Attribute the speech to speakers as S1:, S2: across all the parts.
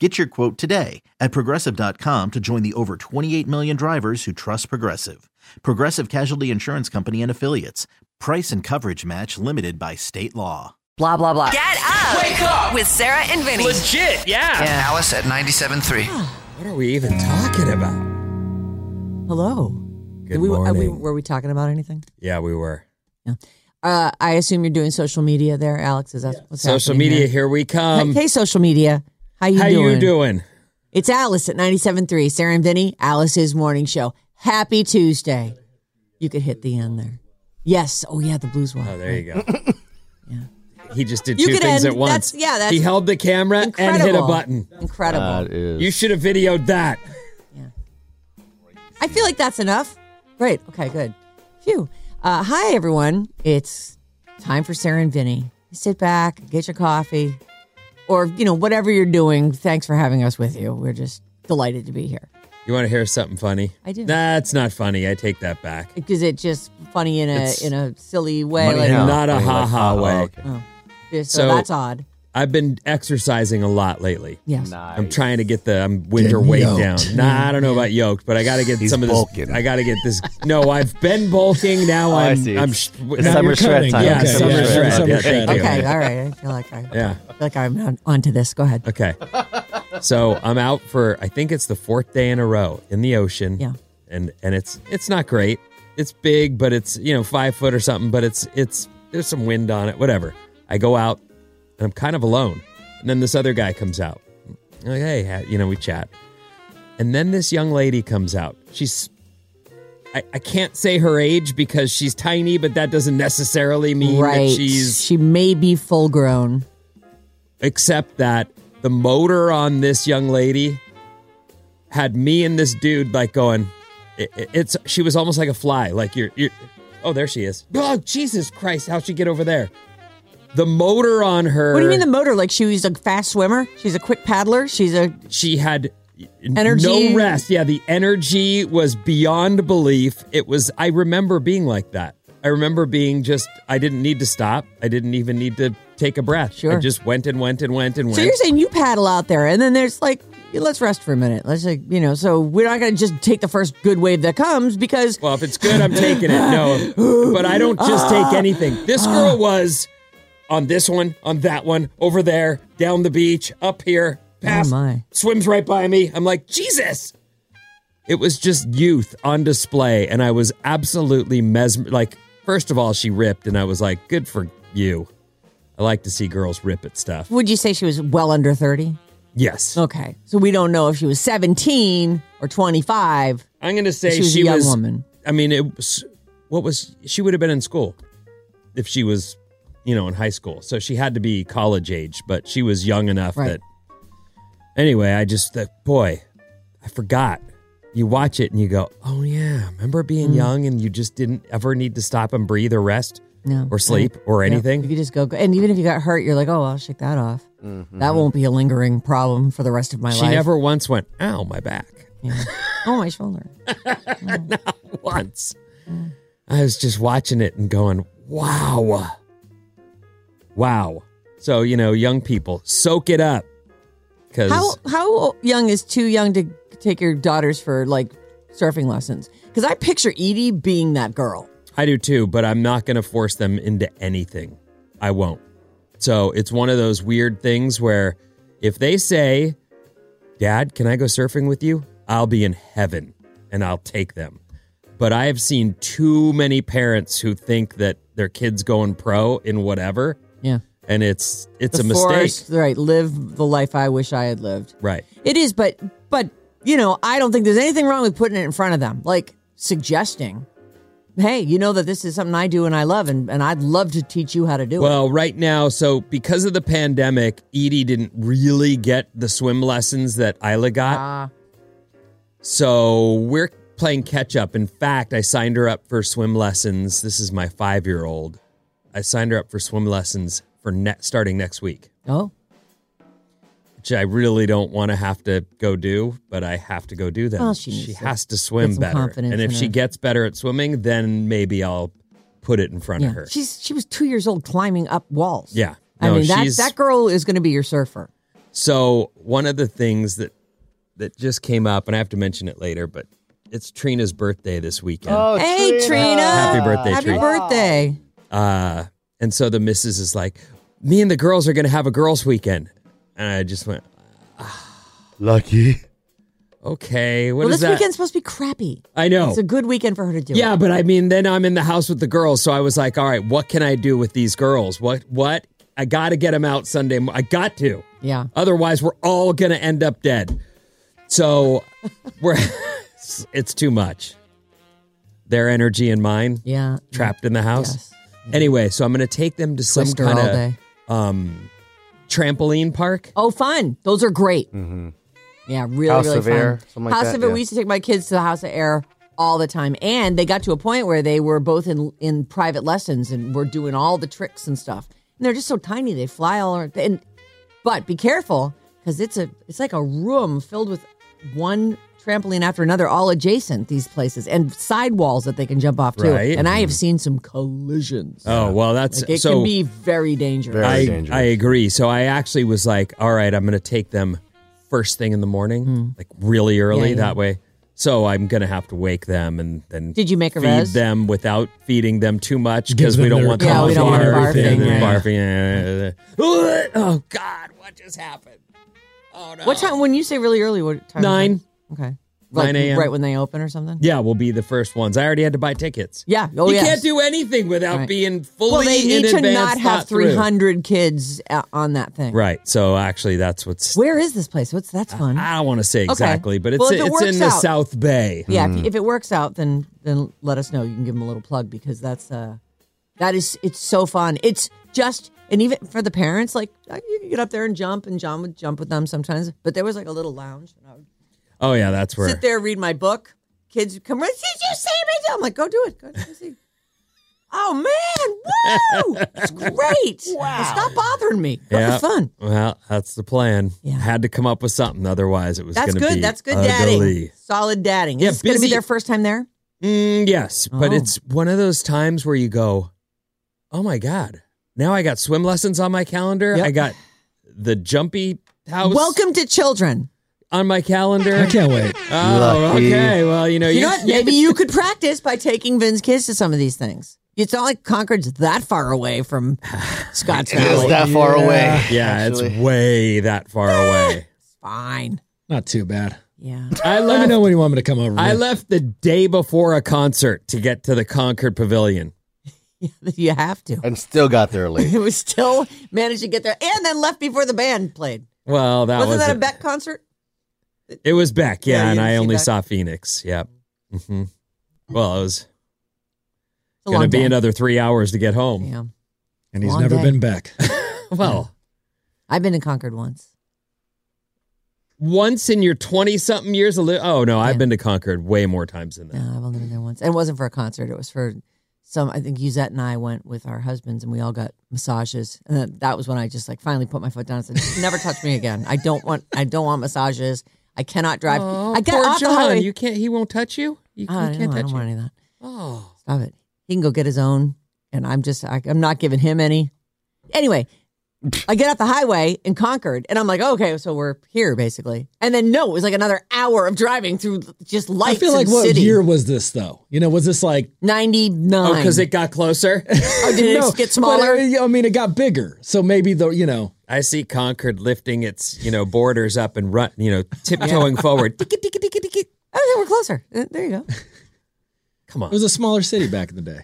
S1: Get your quote today at progressive.com to join the over 28 million drivers who trust Progressive. Progressive Casualty Insurance Company and Affiliates. Price and coverage match limited by state law.
S2: Blah, blah, blah.
S3: Get up.
S4: Wake up.
S3: With Sarah and Vinny.
S4: Legit, yeah.
S2: Yeah.
S5: Alice at 97.3.
S4: What are we even talking about? uh,
S2: Hello.
S4: Good
S2: we, are we,
S4: morning.
S2: were we talking about anything?
S4: Yeah, we were.
S2: Uh, I assume you're doing social media there, Alex. Is that what's
S4: Social
S2: happening
S4: media, here,
S2: Here?
S4: we come.
S2: hey, social media. How you
S4: How
S2: doing?
S4: you doing?
S2: It's Alice at 97.3, Sarah and Vinny, Alice's morning show. Happy Tuesday. You could hit the end there. Yes. Oh, yeah, the blues one.
S4: Oh, there you go. He just did
S2: You
S4: two
S2: could
S4: things
S2: end-
S4: at once.
S2: that's- yeah, that's
S4: he held the camera
S2: Incredible.
S4: and hit a button.
S2: Incredible.
S4: You should have videoed that.
S2: I feel like that's enough. Great. Okay, good. Phew. Uh, hi, everyone. It's time for Sarah and Vinny. Sit back, get your coffee, or, you know, whatever you're doing. Thanks for having us with you. We're just delighted to be here
S4: You want to hear something funny?
S2: I do.
S4: That's not funny. I take that back.
S2: because it's just funny in a
S4: It's
S2: in a silly way.
S4: Funny
S2: like-
S4: how- Not a ha ha way.
S2: so,
S4: So-
S2: that's odd.
S4: I've been exercising a lot lately.
S2: Yes.
S4: I'm trying to get the I'm winter weight down. Nah, I don't know about yoked, but I got to get some of this. I got to get this. No, I've been bulking. Now I'm. I
S6: see.
S4: am
S6: It's
S4: summer shred
S6: time.
S4: Yeah,
S6: Okay,
S4: summer
S6: yeah,
S4: shred.
S6: summer
S4: Yeah,
S6: shred.
S4: thank you.
S2: Okay. All right. I feel like I
S4: Yeah.
S2: feel like I'm on, onto this. Go ahead.
S4: Okay. So I'm out for I think it's the fourth day in a row in the ocean.
S2: Yeah.
S4: And and it's it's not great. It's big, but it's you know five foot or something. But it's it's there's some wind on it. Whatever. I go out and I'm kind of alone. And then this other guy comes out. I'm Like hey, ha- you know we chat. And then this young lady comes out. She's I, I can't say her age because she's tiny, but that doesn't necessarily mean
S2: Right.
S4: that she's
S2: She may be full grown.
S4: except that the motor on this young lady had me and this dude like going it, it- it's she was almost like a fly like you're, you're oh there she is oh jesus christ how'd she get over there the motor on her
S2: What do you mean the motor? Like she was a fast swimmer? She's a quick paddler? She's a
S4: she had
S2: Energy.
S4: no rest yeah the energy was beyond belief it was i remember being like that i remember being just i didn't need to stop i didn't even need to take a breath i
S2: Sure.
S4: just went and went and went and went
S2: So you're saying you paddle out there, and then there's like, let's rest for a minute. Let's like, you know, so we're not going to just take the first good wave that comes because
S4: Well, if it's good, I'm taking it. No, but I don't just take anything. This girl was on this one, on that one, over there, down the beach, up here, past,
S2: my.
S4: swims right by me. I'm like, Jesus. It was just youth on display, and I was absolutely mesmer. Like, first of all, she ripped, and I was like, good for you. I like to see girls rip at stuff.
S2: would you say she was well under 30?
S4: Yes.
S2: Okay. So we don't know if she was 17 or 25.
S4: I'm going to say
S2: She was a young woman.
S4: I mean, it was what was she would have been in school if she was, you know, in high school. So she had to be college age, but she was young enough
S2: Right.
S4: that. Anyway, I just thought, boy, I forgot. You watch it and you go, oh yeah, remember being
S2: Mm.
S4: young and you just didn't ever need to stop and breathe or rest
S2: No.
S4: or sleep or
S2: Yeah.
S4: anything.
S2: If you just go, and even if you got hurt, you're like, oh, I'll shake that off. That won't be a lingering problem for the rest of my
S4: Mm-hmm. she
S2: life.
S4: never once went, ow, my back.
S2: Oh, my shoulder.
S4: once. I was just watching it and going, wow. Wow. So, you know, young people, soak it up. Because
S2: How how young is too young to take your daughters for like surfing lessons? Because I picture Edie being that girl.
S4: I do too, but I'm not going to force them into anything. I won't. So it's one of those weird things where if they say, Dad, can I go surfing with you? I'll be in heaven and I'll take them. But I have seen too many parents who think that their kids going pro in whatever
S2: Yeah.
S4: and it's it's
S2: The
S4: a mistake.
S2: forest, right. Live the life I wish I had lived.
S4: Right.
S2: It is, but but you know, I don't think there's anything wrong with putting it in front of them, like suggesting, "Hey, you know that this is something I do and I love, and and I'd love to teach you how to do it."
S4: Well, right now, so because of the pandemic, Edie didn't really get the swim lessons that Isla got.
S2: Ah,
S4: So we're playing catch up. In fact, I signed her up for swim lessons. This is my five year old. I signed her up for swim lessons for ne- starting next week,
S2: oh,
S4: which I really don't want to have to go do, but I have to go do them.
S2: Well, she needs to
S4: has to swim
S2: some
S4: better.
S2: confidence
S4: And if
S2: in
S4: she
S2: her.
S4: gets better at swimming, then maybe I'll put it in front
S2: yeah.
S4: of her.
S2: She's she was two years old climbing up walls.
S4: yeah.
S2: I
S4: No,
S2: mean that
S4: she's-
S2: that girl is going to be your surfer.
S4: So one of the things that that just came up, and I have to mention it later, but it's Trina's birthday this weekend.
S2: hey, Trina!
S4: Happy birthday,
S2: Happy
S4: Trina.
S2: birthday!
S4: Uh, and so the missus is like, "Me and the girls are gonna have a girls' weekend," and I just went,
S3: Lucky.
S4: "Okay, what
S2: well,
S4: is
S2: this
S4: that?"
S2: weekend's supposed to be crappy.
S4: I know.
S2: It's a good weekend for her to do.
S4: yeah,
S2: it.
S4: but I mean, then I'm in the house with the girls, so I was like, "All right, what can I do with these girls? What what? I got to get them out Sunday. mo- I got to.
S2: yeah.
S4: Otherwise, we're all gonna end up dead." So we're it's too much. Their energy and mine
S2: Yeah.
S4: trapped in the house.
S2: Yes.
S4: Anyway, so I'm gonna take them to
S2: Twist her
S4: some
S2: all day.
S4: kind of um, trampoline park.
S2: Oh, fun. Those are great. Yeah, really,
S3: Mm-hmm. House
S2: really
S3: of
S2: fun.
S3: Air, something like
S2: House
S3: that,
S2: of Air.
S3: yeah.
S2: We used to take my kids to the House of Air all the time, and they got to a point where they were both in in private lessons and were doing all the tricks and stuff. And they're just so tiny; they fly all around. And but be careful because it's a it's like a room filled with one trampoline after another, all adjacent these places, and side walls that they can jump off too.
S4: Right.
S2: And I have seen some collisions.
S4: Oh well, that's
S2: like it
S4: so.
S2: can be very dangerous.
S3: Very.
S4: I
S3: dangerous.
S4: I agree. So I actually was like, all right, I'm gonna take them first thing in the morning, like really early
S2: Hmm. Yeah, yeah.
S4: that way. So I'm gonna have to wake them and then
S2: Did you make a
S4: feed
S2: res?
S4: them without feeding them too much because we
S5: them
S4: don't
S5: their
S4: want
S2: Yeah,
S4: them
S2: we don't want them barfing,
S4: and
S2: right.
S4: barfing. Yeah, yeah, yeah. Oh God, what just happened? Oh no.
S2: What time? When you say really early, what time? is it?
S4: Nine.
S2: Okay.
S4: 9 a.m..
S2: Right when they open or something?
S4: Yeah, we'll be the first ones. I already had to buy tickets.
S2: Yeah. Oh,
S4: you
S2: yes.
S4: can't do anything without
S2: Right.
S4: being fully
S2: Well, they need
S4: in
S2: to
S4: advance
S2: not
S4: thought
S2: have
S4: through.
S2: 300 kids uh, on that thing.
S4: Right. So actually, that's what's.
S2: Where is this place? What's that's fun.
S4: I don't want to say exactly, but it's
S2: Well, if it
S4: it's
S2: works
S4: in the
S2: out.
S4: South Bay.
S2: yeah. If, if it works out, then then let us know. You can give them a little plug because that's uh, that is it's so fun. It's just and even for the parents, like uh, you can get up there and jump, and John would jump with them sometimes. But there was like a little lounge, and I would
S4: Oh yeah, that's where.
S2: sit there, read my book. Kids would come, did you see me? I'm like, go do it. Go do it. See. Oh man, woo! It's great. wow. Stop bothering me. Go
S4: Yeah.
S2: have fun.
S4: Well, that's the plan.
S2: Yeah.
S4: Had to come up with something, otherwise it was going
S2: That's
S4: to
S2: good.
S4: be
S2: That's good dadding.
S4: ugly.
S2: Solid dadding. Is
S4: Yeah,
S2: this going to be
S4: busy-
S2: their first time there?
S4: Mm, yes, but
S2: Oh.
S4: it's one of those times where you go, "Oh my god!" Now I got swim lessons on my calendar.
S2: Yep.
S4: I got the jumpy house
S2: Welcome to children.
S4: on my calendar.
S5: I can't wait.
S4: Oh,
S3: Lucky.
S4: okay. Well, you know,
S2: You know what? Maybe you could practice by taking Vin's kids to some of these things. It's not like Concord's that far away from Scotts
S3: It is
S2: Valley.
S3: that far away.
S4: Yeah,
S3: actually.
S4: it's way that far away.
S2: Fine.
S5: Not too bad.
S2: Yeah.
S4: I
S5: Let me
S4: left.
S5: know when you want me to come over.
S4: I
S5: man.
S4: left the day before a concert to get to the Concord Pavilion.
S2: you have to.
S3: and still got there late.
S2: It was still managed to get there and then left before the band played.
S4: Well, that
S2: Wasn't
S4: was
S2: that a
S4: it.
S2: Beck concert?
S4: It was Beck,
S2: Yeah,
S4: yeah,
S2: you
S4: and
S2: didn't
S4: I
S2: see
S4: only
S2: Beck.
S4: saw Phoenix. Yep. hmm Well, it was
S2: It's a
S4: going to
S2: long
S4: be
S2: day.
S4: another three hours to get home.
S2: Yeah.
S5: and he's
S2: Long
S5: never
S2: day.
S5: been back.
S4: Well,
S2: I've been to Concord once.
S4: once in your twenty-something years of li- oh no, I've
S2: Yeah.
S4: been to Concord way more times than
S2: No,
S4: that.
S2: I've only been there once. And it wasn't for a concert. It was for some, I think Yuzette and I went with our husbands and we all got massages. And that, that was when I just like finally put my foot down and said, never touch me again. I don't want, I don't want massages. I cannot drive. I got
S4: poor
S2: off the
S4: John.
S2: highway.
S4: You can't. He won't touch you. You,
S2: I,
S4: you
S2: don't
S4: can't
S2: know, I
S4: touch
S2: don't
S4: you.
S2: want any of that.
S4: Oh,
S2: Stop it. He can go get his own. And I'm just, I, I'm not giving him any. Anyway, I get off the highway in Concord and I'm like, okay, so we're here basically. And then no, it was like another hour of driving through just
S5: I
S2: lights.
S5: feel like
S2: and
S5: what
S2: city.
S5: year was this though? You know, was this like
S2: 99.
S4: oh, because it got closer.
S2: Oh, did it
S5: No,
S2: get
S5: but,
S2: smaller?
S5: uh, I mean, it got bigger, so maybe the you know
S4: I see Concord lifting its, you know, borders up and run, you know, tiptoeing forward. Tick, tick, tick, tick, tick.
S2: Oh, yeah, we're closer. Uh, There you go.
S4: Come on.
S5: It was a smaller city back in the day.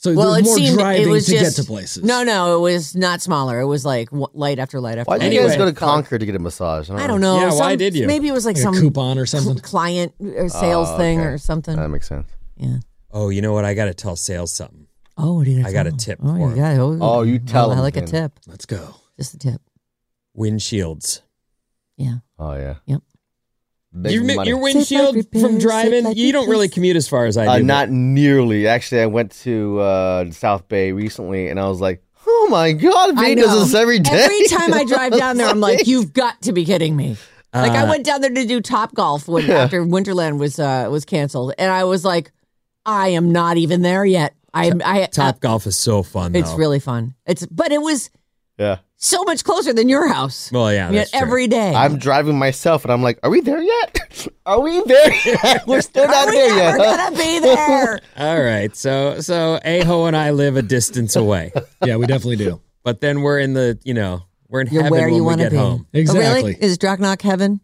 S5: So
S2: well,
S5: there
S2: it
S5: was more
S2: seemed
S5: driving
S2: it was
S5: to
S2: just
S5: get to places.
S2: No, no, it was not smaller. It was like w- light after light after
S3: Why did
S2: light.
S3: you guys
S4: Anyway.
S3: go to Concord to get a massage?
S2: I don't know.
S4: Yeah, why
S2: some-
S4: did you?
S2: Maybe it was like,
S5: Like
S2: some
S5: a coupon or something.
S2: cl- client or sales
S3: Oh,
S2: thing
S3: okay.
S2: or something.
S3: That makes sense.
S2: yeah.
S4: oh, you know what? I got to tell sales something.
S2: Oh, what do you
S4: I got a
S2: tell 'em?
S4: tip
S2: Oh,
S4: for
S2: you
S4: 'em.
S2: got it. Oh,
S3: Oh, you tell
S2: oh, I
S3: 'em,
S2: like a
S3: Jen.
S2: tip.
S5: Let's go.
S2: Just a tip.
S4: Windshields.
S2: Yeah.
S3: Oh yeah.
S2: Yep.
S3: Big
S4: Your, mi-
S3: money.
S4: your
S2: Safe
S4: windshield
S2: life
S4: from
S2: repairs, safe
S4: driving,
S2: life
S4: you don't really
S2: repairs.
S4: commute as far as I do.
S3: Uh,
S4: but-
S3: not nearly. Actually, I went to uh, South Bay recently, and I was like, "Oh my God,
S2: I
S3: Bay does
S2: know.
S3: this every day."
S2: Every time I drive down there, I'm like, you've got to be kidding me. Like
S3: uh,
S2: I went down there to do Top Golf when after Winterland was uh, was canceled, and I was like, I am not even there yet. I I uh,
S4: Top golf is so fun.
S2: It's
S4: though.
S2: really fun. It's but it was
S3: yeah,
S2: so much closer than your house.
S4: Well, yeah.
S2: Yet
S4: That's true.
S2: every day.
S3: I'm driving myself, and I'm like, "Are we there yet? Are we there? yet? We're still not
S2: Are we
S3: there yet."
S2: never
S3: huh?
S2: gonna be there.
S4: All right. So, so Aho and I live a distance away,
S5: Yeah, we definitely do.
S4: but then we're in the, you know, we're in
S2: You're
S4: heaven
S2: where
S4: when
S2: you
S4: we
S2: want to
S4: get
S2: be.
S4: home.
S2: Oh,
S5: Exactly.
S2: really? Is Draknock heaven?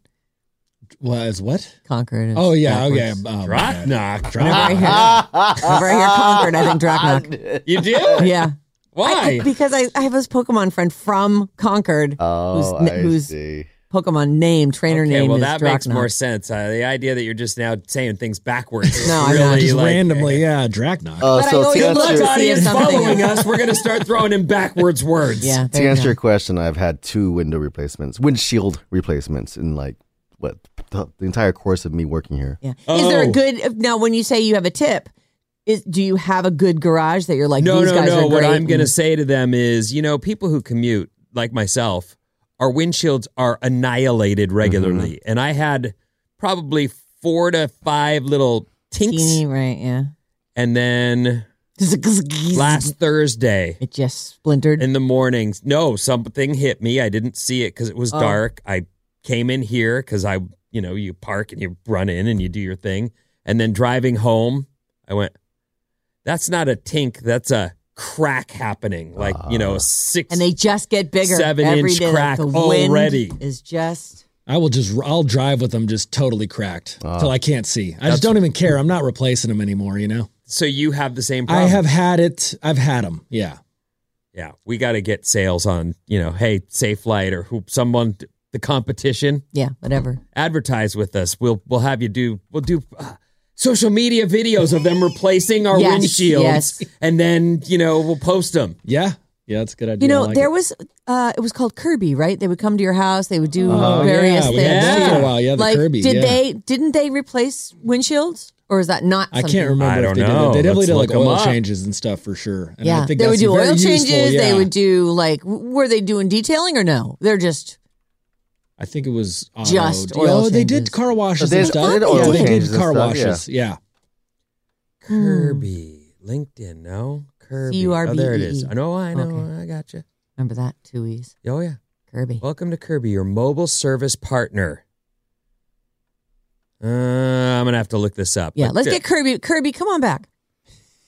S5: Was what?
S2: Conquered. is
S5: Oh yeah.
S2: backwards.
S5: Okay. Oh,
S4: Rock
S5: man.
S4: knock.
S2: Whenever I hear, whenever I hear Conquered, I think Draknock.
S4: You do?
S2: Yeah.
S4: Why?
S2: I, because I, I have this Pokemon friend from Concord,
S3: Oh,
S2: who's,
S3: I
S2: who's
S3: see.
S2: Pokemon name, trainer
S4: Okay,
S2: name
S4: well,
S2: is
S4: that makes
S2: Draknok.
S4: more sense. Uh, the idea that you're just now saying things backwards is
S2: No, I'm
S4: really
S2: not.
S5: Just
S4: like, eh.
S5: randomly. Yeah. Draknock.
S3: Oh,
S2: But I
S3: so
S2: always
S3: to
S4: Good
S3: answer,
S4: luck,
S2: Let's see
S4: audience,
S2: if something-
S4: following us. We're going to start throwing in backwards words.
S2: Yeah.
S3: to
S2: there you
S3: answer
S2: go.
S3: your question, I've had two window replacements, windshield replacements, in like what the, the entire course of me working here.
S2: Yeah. Is there a
S4: Oh.
S2: good now when you say you have a tip, is do you have a good garage that you're like
S4: No,
S2: these
S4: no,
S2: guys
S4: no.
S2: are
S4: What
S2: great
S4: I'm going to
S2: and-
S4: say to them is, you know, people who commute, like myself, our windshields are annihilated regularly.
S2: Mm-hmm.
S4: And I had probably four to five little tinks.
S2: Teeny, right, yeah.
S4: And then last Thursday
S2: it just splintered.
S4: in the morning, no, something hit me. I didn't see it because it was
S2: Oh.
S4: dark. I came in here because I, you know, you park and you run in and you do your thing. And then driving home, I went, that's not a tink. That's a crack happening. Like, you know, a six.
S2: Ah. and they just get bigger.
S4: Seven
S2: every
S4: inch
S2: day. Like,
S4: crack
S2: the wind
S4: already.
S2: is just
S5: I will just I'll drive with them just totally cracked
S3: Ah.
S5: till I can't see. I
S4: That's-
S5: just don't even care. I'm not replacing them anymore. You know.
S4: so you have the same problem.
S5: I have had it. I've had them. Yeah.
S4: Yeah. We got to get sales on, you know, hey, Safe Flight or who someone, the competition.
S2: yeah, whatever.
S4: advertise with us. We'll we'll have you do we'll do uh, social media videos of them replacing our
S2: Yes,
S4: windshields,
S2: yes.
S4: and then you know we'll post them.
S5: Yeah. Yeah. That's a good idea.
S2: You know,
S5: I like
S2: there
S5: it.
S2: was uh it was called Kirby, right? They would come to your house, they would do
S5: Oh,
S2: various
S5: yeah, we
S2: things.
S5: had that for a while. Yeah, the
S2: like
S5: Kirby,
S2: did
S5: yeah.
S2: they didn't they replace windshields? Or is that not
S5: I
S2: something-
S5: can't remember
S4: I
S5: if
S4: don't
S5: they
S4: know.
S5: did. They
S4: Let's
S5: definitely did like
S4: look 'em
S5: oil
S4: up.
S5: changes and stuff for sure. And
S2: yeah,
S5: I think
S2: they would
S5: that's
S2: do
S5: very
S2: oil
S5: useful,
S2: changes. They
S5: yeah.
S2: would do like, w- were they doing detailing or no? They're just
S5: I think it was auto.
S2: Just
S5: Oh,
S2: oil
S5: they
S2: changes.
S5: did car washes
S3: They
S5: and
S3: did
S5: stuff.
S3: oil
S5: yeah, they
S3: changes
S5: did
S3: and
S5: car
S3: stuff, yeah.
S5: washes. Yeah.
S2: Hmm.
S4: Kirby LinkedIn, no Kirby. Oh, there it is.
S2: C-U-R-B-E.
S4: I know. I know.
S2: E. Okay.
S4: I got you.
S2: remember that two e's
S4: Oh yeah.
S2: Kirby.
S4: Welcome to Kirby, your mobile service partner. Uh, I'm gonna have to look this up.
S2: yeah,
S4: But
S2: let's
S4: th-
S2: get Kirby. Kirby, come on back.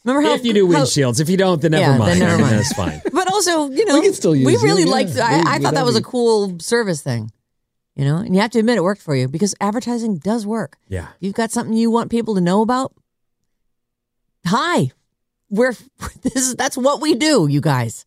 S2: Remember how
S4: If you do
S2: how-
S4: windshields, if you don't, then never
S2: Yeah, then
S4: mind.
S2: never mind.
S4: That's fine.
S2: but also you know
S5: can still use
S2: we
S5: you,
S2: really
S5: yeah.
S2: liked.
S5: We-
S2: I, I
S5: we
S2: thought that
S5: love
S2: was a
S5: you.
S2: cool service thing, you know. And you have to admit it worked for you because advertising does work.
S4: Yeah.
S2: You've got something you want people to know about. Hi, we're this is that's what we do, you guys.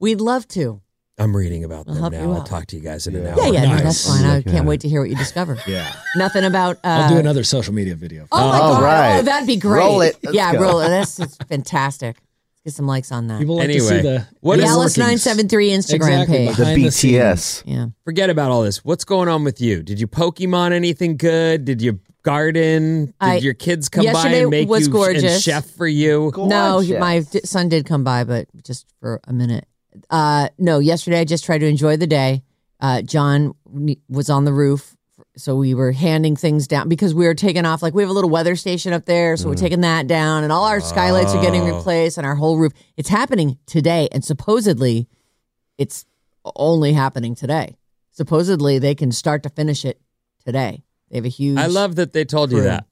S2: We'd love to.
S4: I'm reading about
S2: We'll
S4: them
S2: help
S4: now.
S2: you
S4: I'll
S2: out.
S4: talk to you guys in an
S3: Yeah.
S4: hour.
S2: Yeah, yeah, no,
S5: nice.
S2: that's fine. I
S3: Oh, Looking
S2: can't
S3: at
S2: wait to hear what you discover.
S5: Yeah.
S2: Nothing about. Uh,
S5: I'll do another social media video.
S2: Oh my
S3: All
S2: god!
S3: right.
S2: Oh, that'd be great.
S3: Roll it. Let's
S2: yeah,
S3: go.
S2: roll it. That's it's fantastic. Let's get some likes on that.
S5: People like to see
S4: Anyway,
S5: the
S4: what
S5: the
S4: is-
S2: Dallas
S5: workings.
S2: nine seven three Instagram
S5: Exactly,
S2: page.
S3: The
S5: Behind the
S3: BTS.
S2: Yeah.
S4: forget about all this. What's going on with you? Did you Pokemon anything good? Did you garden? Did
S2: I-
S4: your kids come by
S2: yesterday
S4: and make
S2: was
S4: you
S2: gorgeous.
S4: and chef for you?
S2: No, he-
S3: Gorgeous.
S2: my d- son did come by, but just for a minute. Uh, no, yesterday I just tried to enjoy the day. Uh, John ne- was on the roof, so we were handing things down because we were taking off. Like we have a little weather station up there, so we're taking that down, and all our skylights are getting
S4: Mm. Oh.
S2: replaced, and our whole roof. It's happening today, and supposedly, it's only happening today. Supposedly, they can start to finish it today. They have a huge.
S4: I love Hmm. that they told you
S2: True.
S4: that.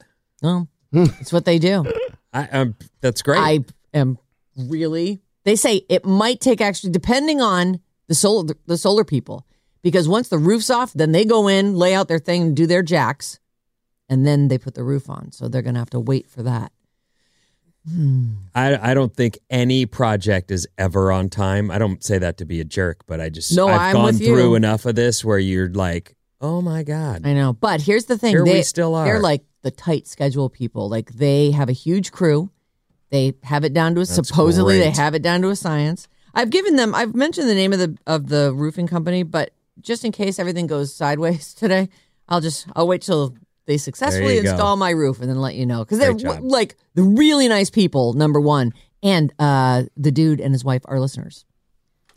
S2: No, it's what they do.
S4: I, um, that's great.
S2: I am really. They say it might take actually, depending on the solar the solar people because once the roof's off, then they go in, lay out their thing, do their jacks, and then they put the roof on. So they're gonna have to wait for that.
S4: I, I don't think any project is ever on time. I don't say that to be a jerk, but I just
S2: No,
S4: I've
S2: I'm
S4: gone
S2: with you.
S4: through enough of this where you're like, oh my god,
S2: I know, but here's the thing:
S4: Here we
S2: they
S4: still are.
S2: They're like the tight schedule people. Like they have a huge crew. They have it down to a
S4: That's
S2: supposedly
S4: great.
S2: they have it down to a science. I've given them. I've mentioned the name of the of the roofing company, but just in case everything goes sideways today, I'll just I'll wait till they successfully
S4: you go.
S2: install my roof and then let you know because they're
S4: Great job.
S2: w- like the really nice people. Number one, and uh the dude and his wife are listeners.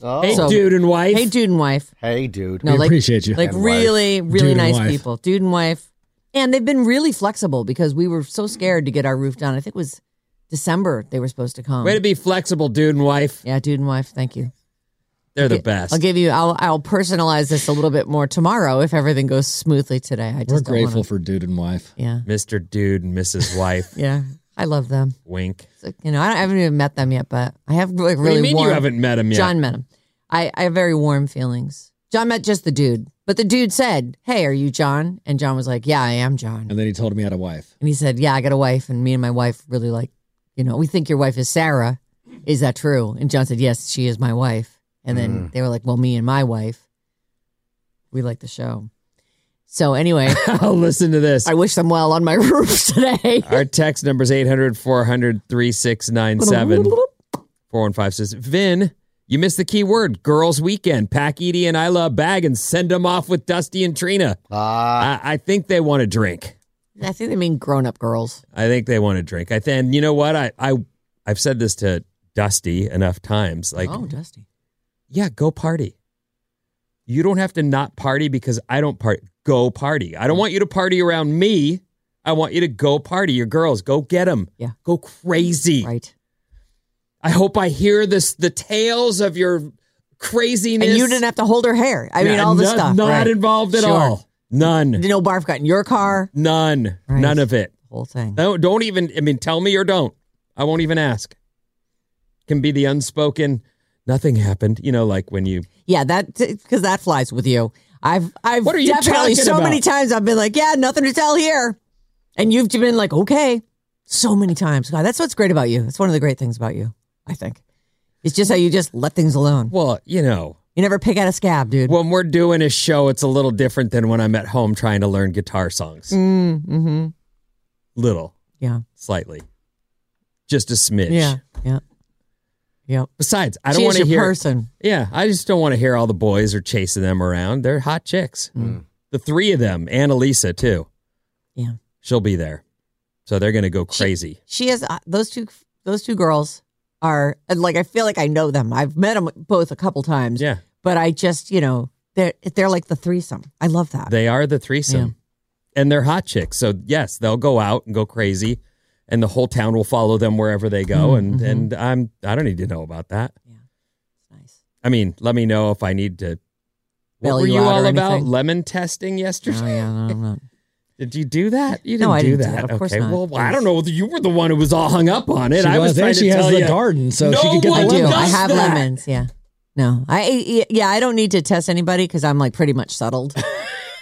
S3: Oh.
S4: hey
S2: So-
S4: dude and wife,
S2: Hey, dude and wife.
S3: Hey, dude.
S2: No,
S5: we
S2: like-
S5: appreciate you.
S2: like
S3: And wife.
S2: really really
S5: Dude and
S2: nice
S5: wife.
S2: people dude and wife and they've been really flexible because we were so scared to get our roof done i think it was december they were supposed to come
S4: way to be flexible, dude and wife.
S2: yeah dude and wife thank you
S4: They're the
S2: Okay,
S4: best.
S2: i'll give you i'll i'll personalize this a little bit more tomorrow if everything goes smoothly today i just
S5: We're
S2: don't
S5: grateful
S2: wanna-
S5: for dude and wife.
S2: yeah
S4: Mr. Dude and Mrs. Wife.
S2: yeah i love them
S4: Wink.
S2: It's like, you know I, don't, I haven't even met them yet but i have like
S4: What do
S2: really
S4: you mean
S2: warm
S4: you haven't met him yet?
S2: john met him I, I have very warm feelings john met just the dude but the dude said hey are you john and john was like yeah i am john
S5: And then he told me I had a wife.
S2: And he said, Yeah, I got a wife, and me and my wife really like, you know, we think your wife is Sarah. Is that true? And John said, Yes, she is my wife. And then
S4: Mm.
S2: they were like, Well, me and my wife, we like the show. So anyway,
S4: I'll listen to this.
S2: I wish them well on my roof today.
S4: Our text number is 800 400 3697. 415 says, Vin, you missed the key word girls' weekend. Pack Edie and Isla a bag and send them off with Dusty and Trina.
S3: Ah,
S4: I, I think they want a drink.
S2: I think they mean grown up girls.
S4: I think they want a drink. I think, and you know what? I, I, I've said this to Dusty enough times. Like,
S2: oh, Dusty.
S4: yeah, go party. You don't have to not party because I don't party. Go party. I don't want you to party around me. I want you to go party. Your girls, go get them.
S2: Yeah.
S4: Go crazy.
S2: Right.
S4: I hope I hear this the tales of your craziness.
S2: And you didn't have to hold her hair. I mean
S4: Yeah,
S2: all the
S4: none-
S2: stuff.
S4: Not
S2: right.
S4: involved at
S2: Sure.
S4: all. None.
S2: No barf got in your car.
S4: None.
S2: Right.
S4: None of it.
S2: Whole thing.
S4: No, don't even. I mean, tell me or don't. I won't even ask. Can be the unspoken. Nothing happened. You know, like when you.
S2: Yeah, that because that flies with you. I've I've
S4: What are you
S2: definitely
S4: talking
S2: so many
S4: about?
S2: times I've been like, yeah, nothing to tell here, and you've been like, okay, so many times. God, that's what's great about you. That's one of the great things about you. I think it's just how you just let things alone.
S4: Well, you know,
S2: You never pick out a scab, dude.
S4: when we're doing a show, it's a little different than when I'm at home trying to learn guitar songs.
S2: Mm, hmm
S4: Little,
S2: Yeah.
S4: slightly, just a smidge.
S2: Yeah. Yeah. Yep.
S4: Besides, I
S2: She
S4: don't
S2: is
S4: want to
S2: your
S4: hear.
S2: person.
S4: Yeah, I just don't want to hear all the boys are chasing them around. They're hot chicks. The three of them, and Elisa too.
S2: Yeah.
S4: She'll be there. So they're going to go crazy.
S2: She has uh, those two. Those two girls are and, like I feel like I know them. I've met them both a couple times.
S4: yeah.
S2: But I just you know they're they're like the threesome. I love that.
S4: They are the threesome. And they're hot chicks. So yes, they'll go out and go crazy and the whole town will follow them wherever they go and
S2: Mhm.
S4: and I'm I don't need to know about that.
S2: It's nice.
S4: I mean, let me know if I need to What
S2: Bail
S4: were
S2: you
S4: you,
S2: out or
S4: all about?
S2: anything?
S4: Lemon testing yesterday?
S2: Oh yeah, no, I'm not.
S4: Did you do that? You didn't,
S2: No, I
S4: do,
S2: didn't do
S4: that.
S2: that. Of course
S4: okay.
S2: not.
S4: Well, I
S2: Please.
S4: don't know. You were the one who was all hung up on it.
S5: She
S4: I was
S5: was-
S4: trying
S5: and
S4: to
S5: she has
S4: tell
S5: the
S4: you.
S5: garden, so
S4: No
S5: she could get
S4: one
S5: the
S2: I do.
S5: lemons.
S2: I
S4: does
S2: have
S4: that.
S2: lemons. Yeah. No, I yeah, I don't need to test anybody because I'm like pretty much settled.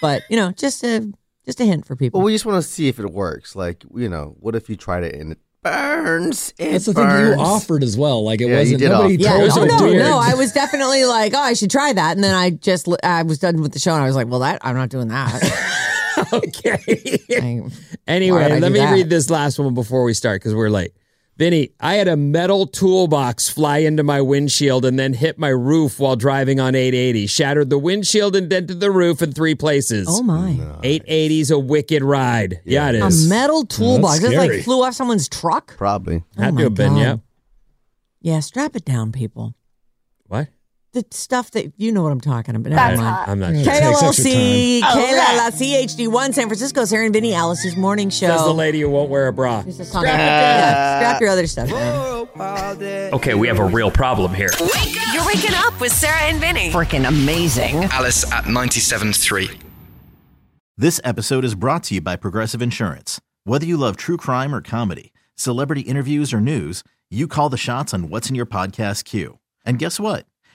S2: but you know, just a just a hint for people.
S3: well, we just want to see if it works. Like, you know, what if you tried it and it burns? It
S5: That's the thing
S3: burns.
S5: you offered as well. Like it
S3: Yeah, you
S5: wasn't
S3: did
S5: nobody
S3: offer.
S2: yeah.
S5: told
S4: Those
S2: Oh
S4: are
S5: you to
S2: no,
S5: do it.
S2: no. I was definitely like, oh, I should try that, and then I just I was done with the show, and I was like, well, that I'm not doing that.
S4: okay.
S2: I- oh, Why would I
S4: Anyway, let
S2: do
S4: me
S2: that?
S4: read this last one before we start because we're late. Vinny, I had a metal toolbox fly into my windshield and then hit my roof while driving on 880. Shattered the windshield and dented the roof in three places.
S2: oh my,
S4: 880's a wicked ride. Yeah, it
S2: a
S4: is.
S2: metal toolbox. This like
S5: scary.
S2: flew off someone's truck.
S3: Probably.
S2: Oh
S4: Had
S2: my
S4: to have been,
S2: God.
S4: yeah.
S2: Yeah, strap it down, people.
S4: What?
S2: The stuff that you know what I'm talking about. Never
S4: I-
S2: mind.
S4: I'm not sure.
S5: Okay. takes extra
S2: KLLC,
S4: Oh,
S2: KLLCHD1, San Francisco's Aaron Vinny, Alice's Morning Show.
S4: Says the lady who won't wear a bra.
S2: It's a song. Yeah, scrap your other stuff. man.
S6: Okay, we have a real problem here.
S7: You're waking up with Sarah and Vinny.
S8: Freaking amazing.
S9: Alice at 97.3.
S1: This episode is brought to you by Progressive Insurance. Whether you love true crime or comedy, celebrity interviews or news, you call the shots on what's in your podcast queue. And guess what?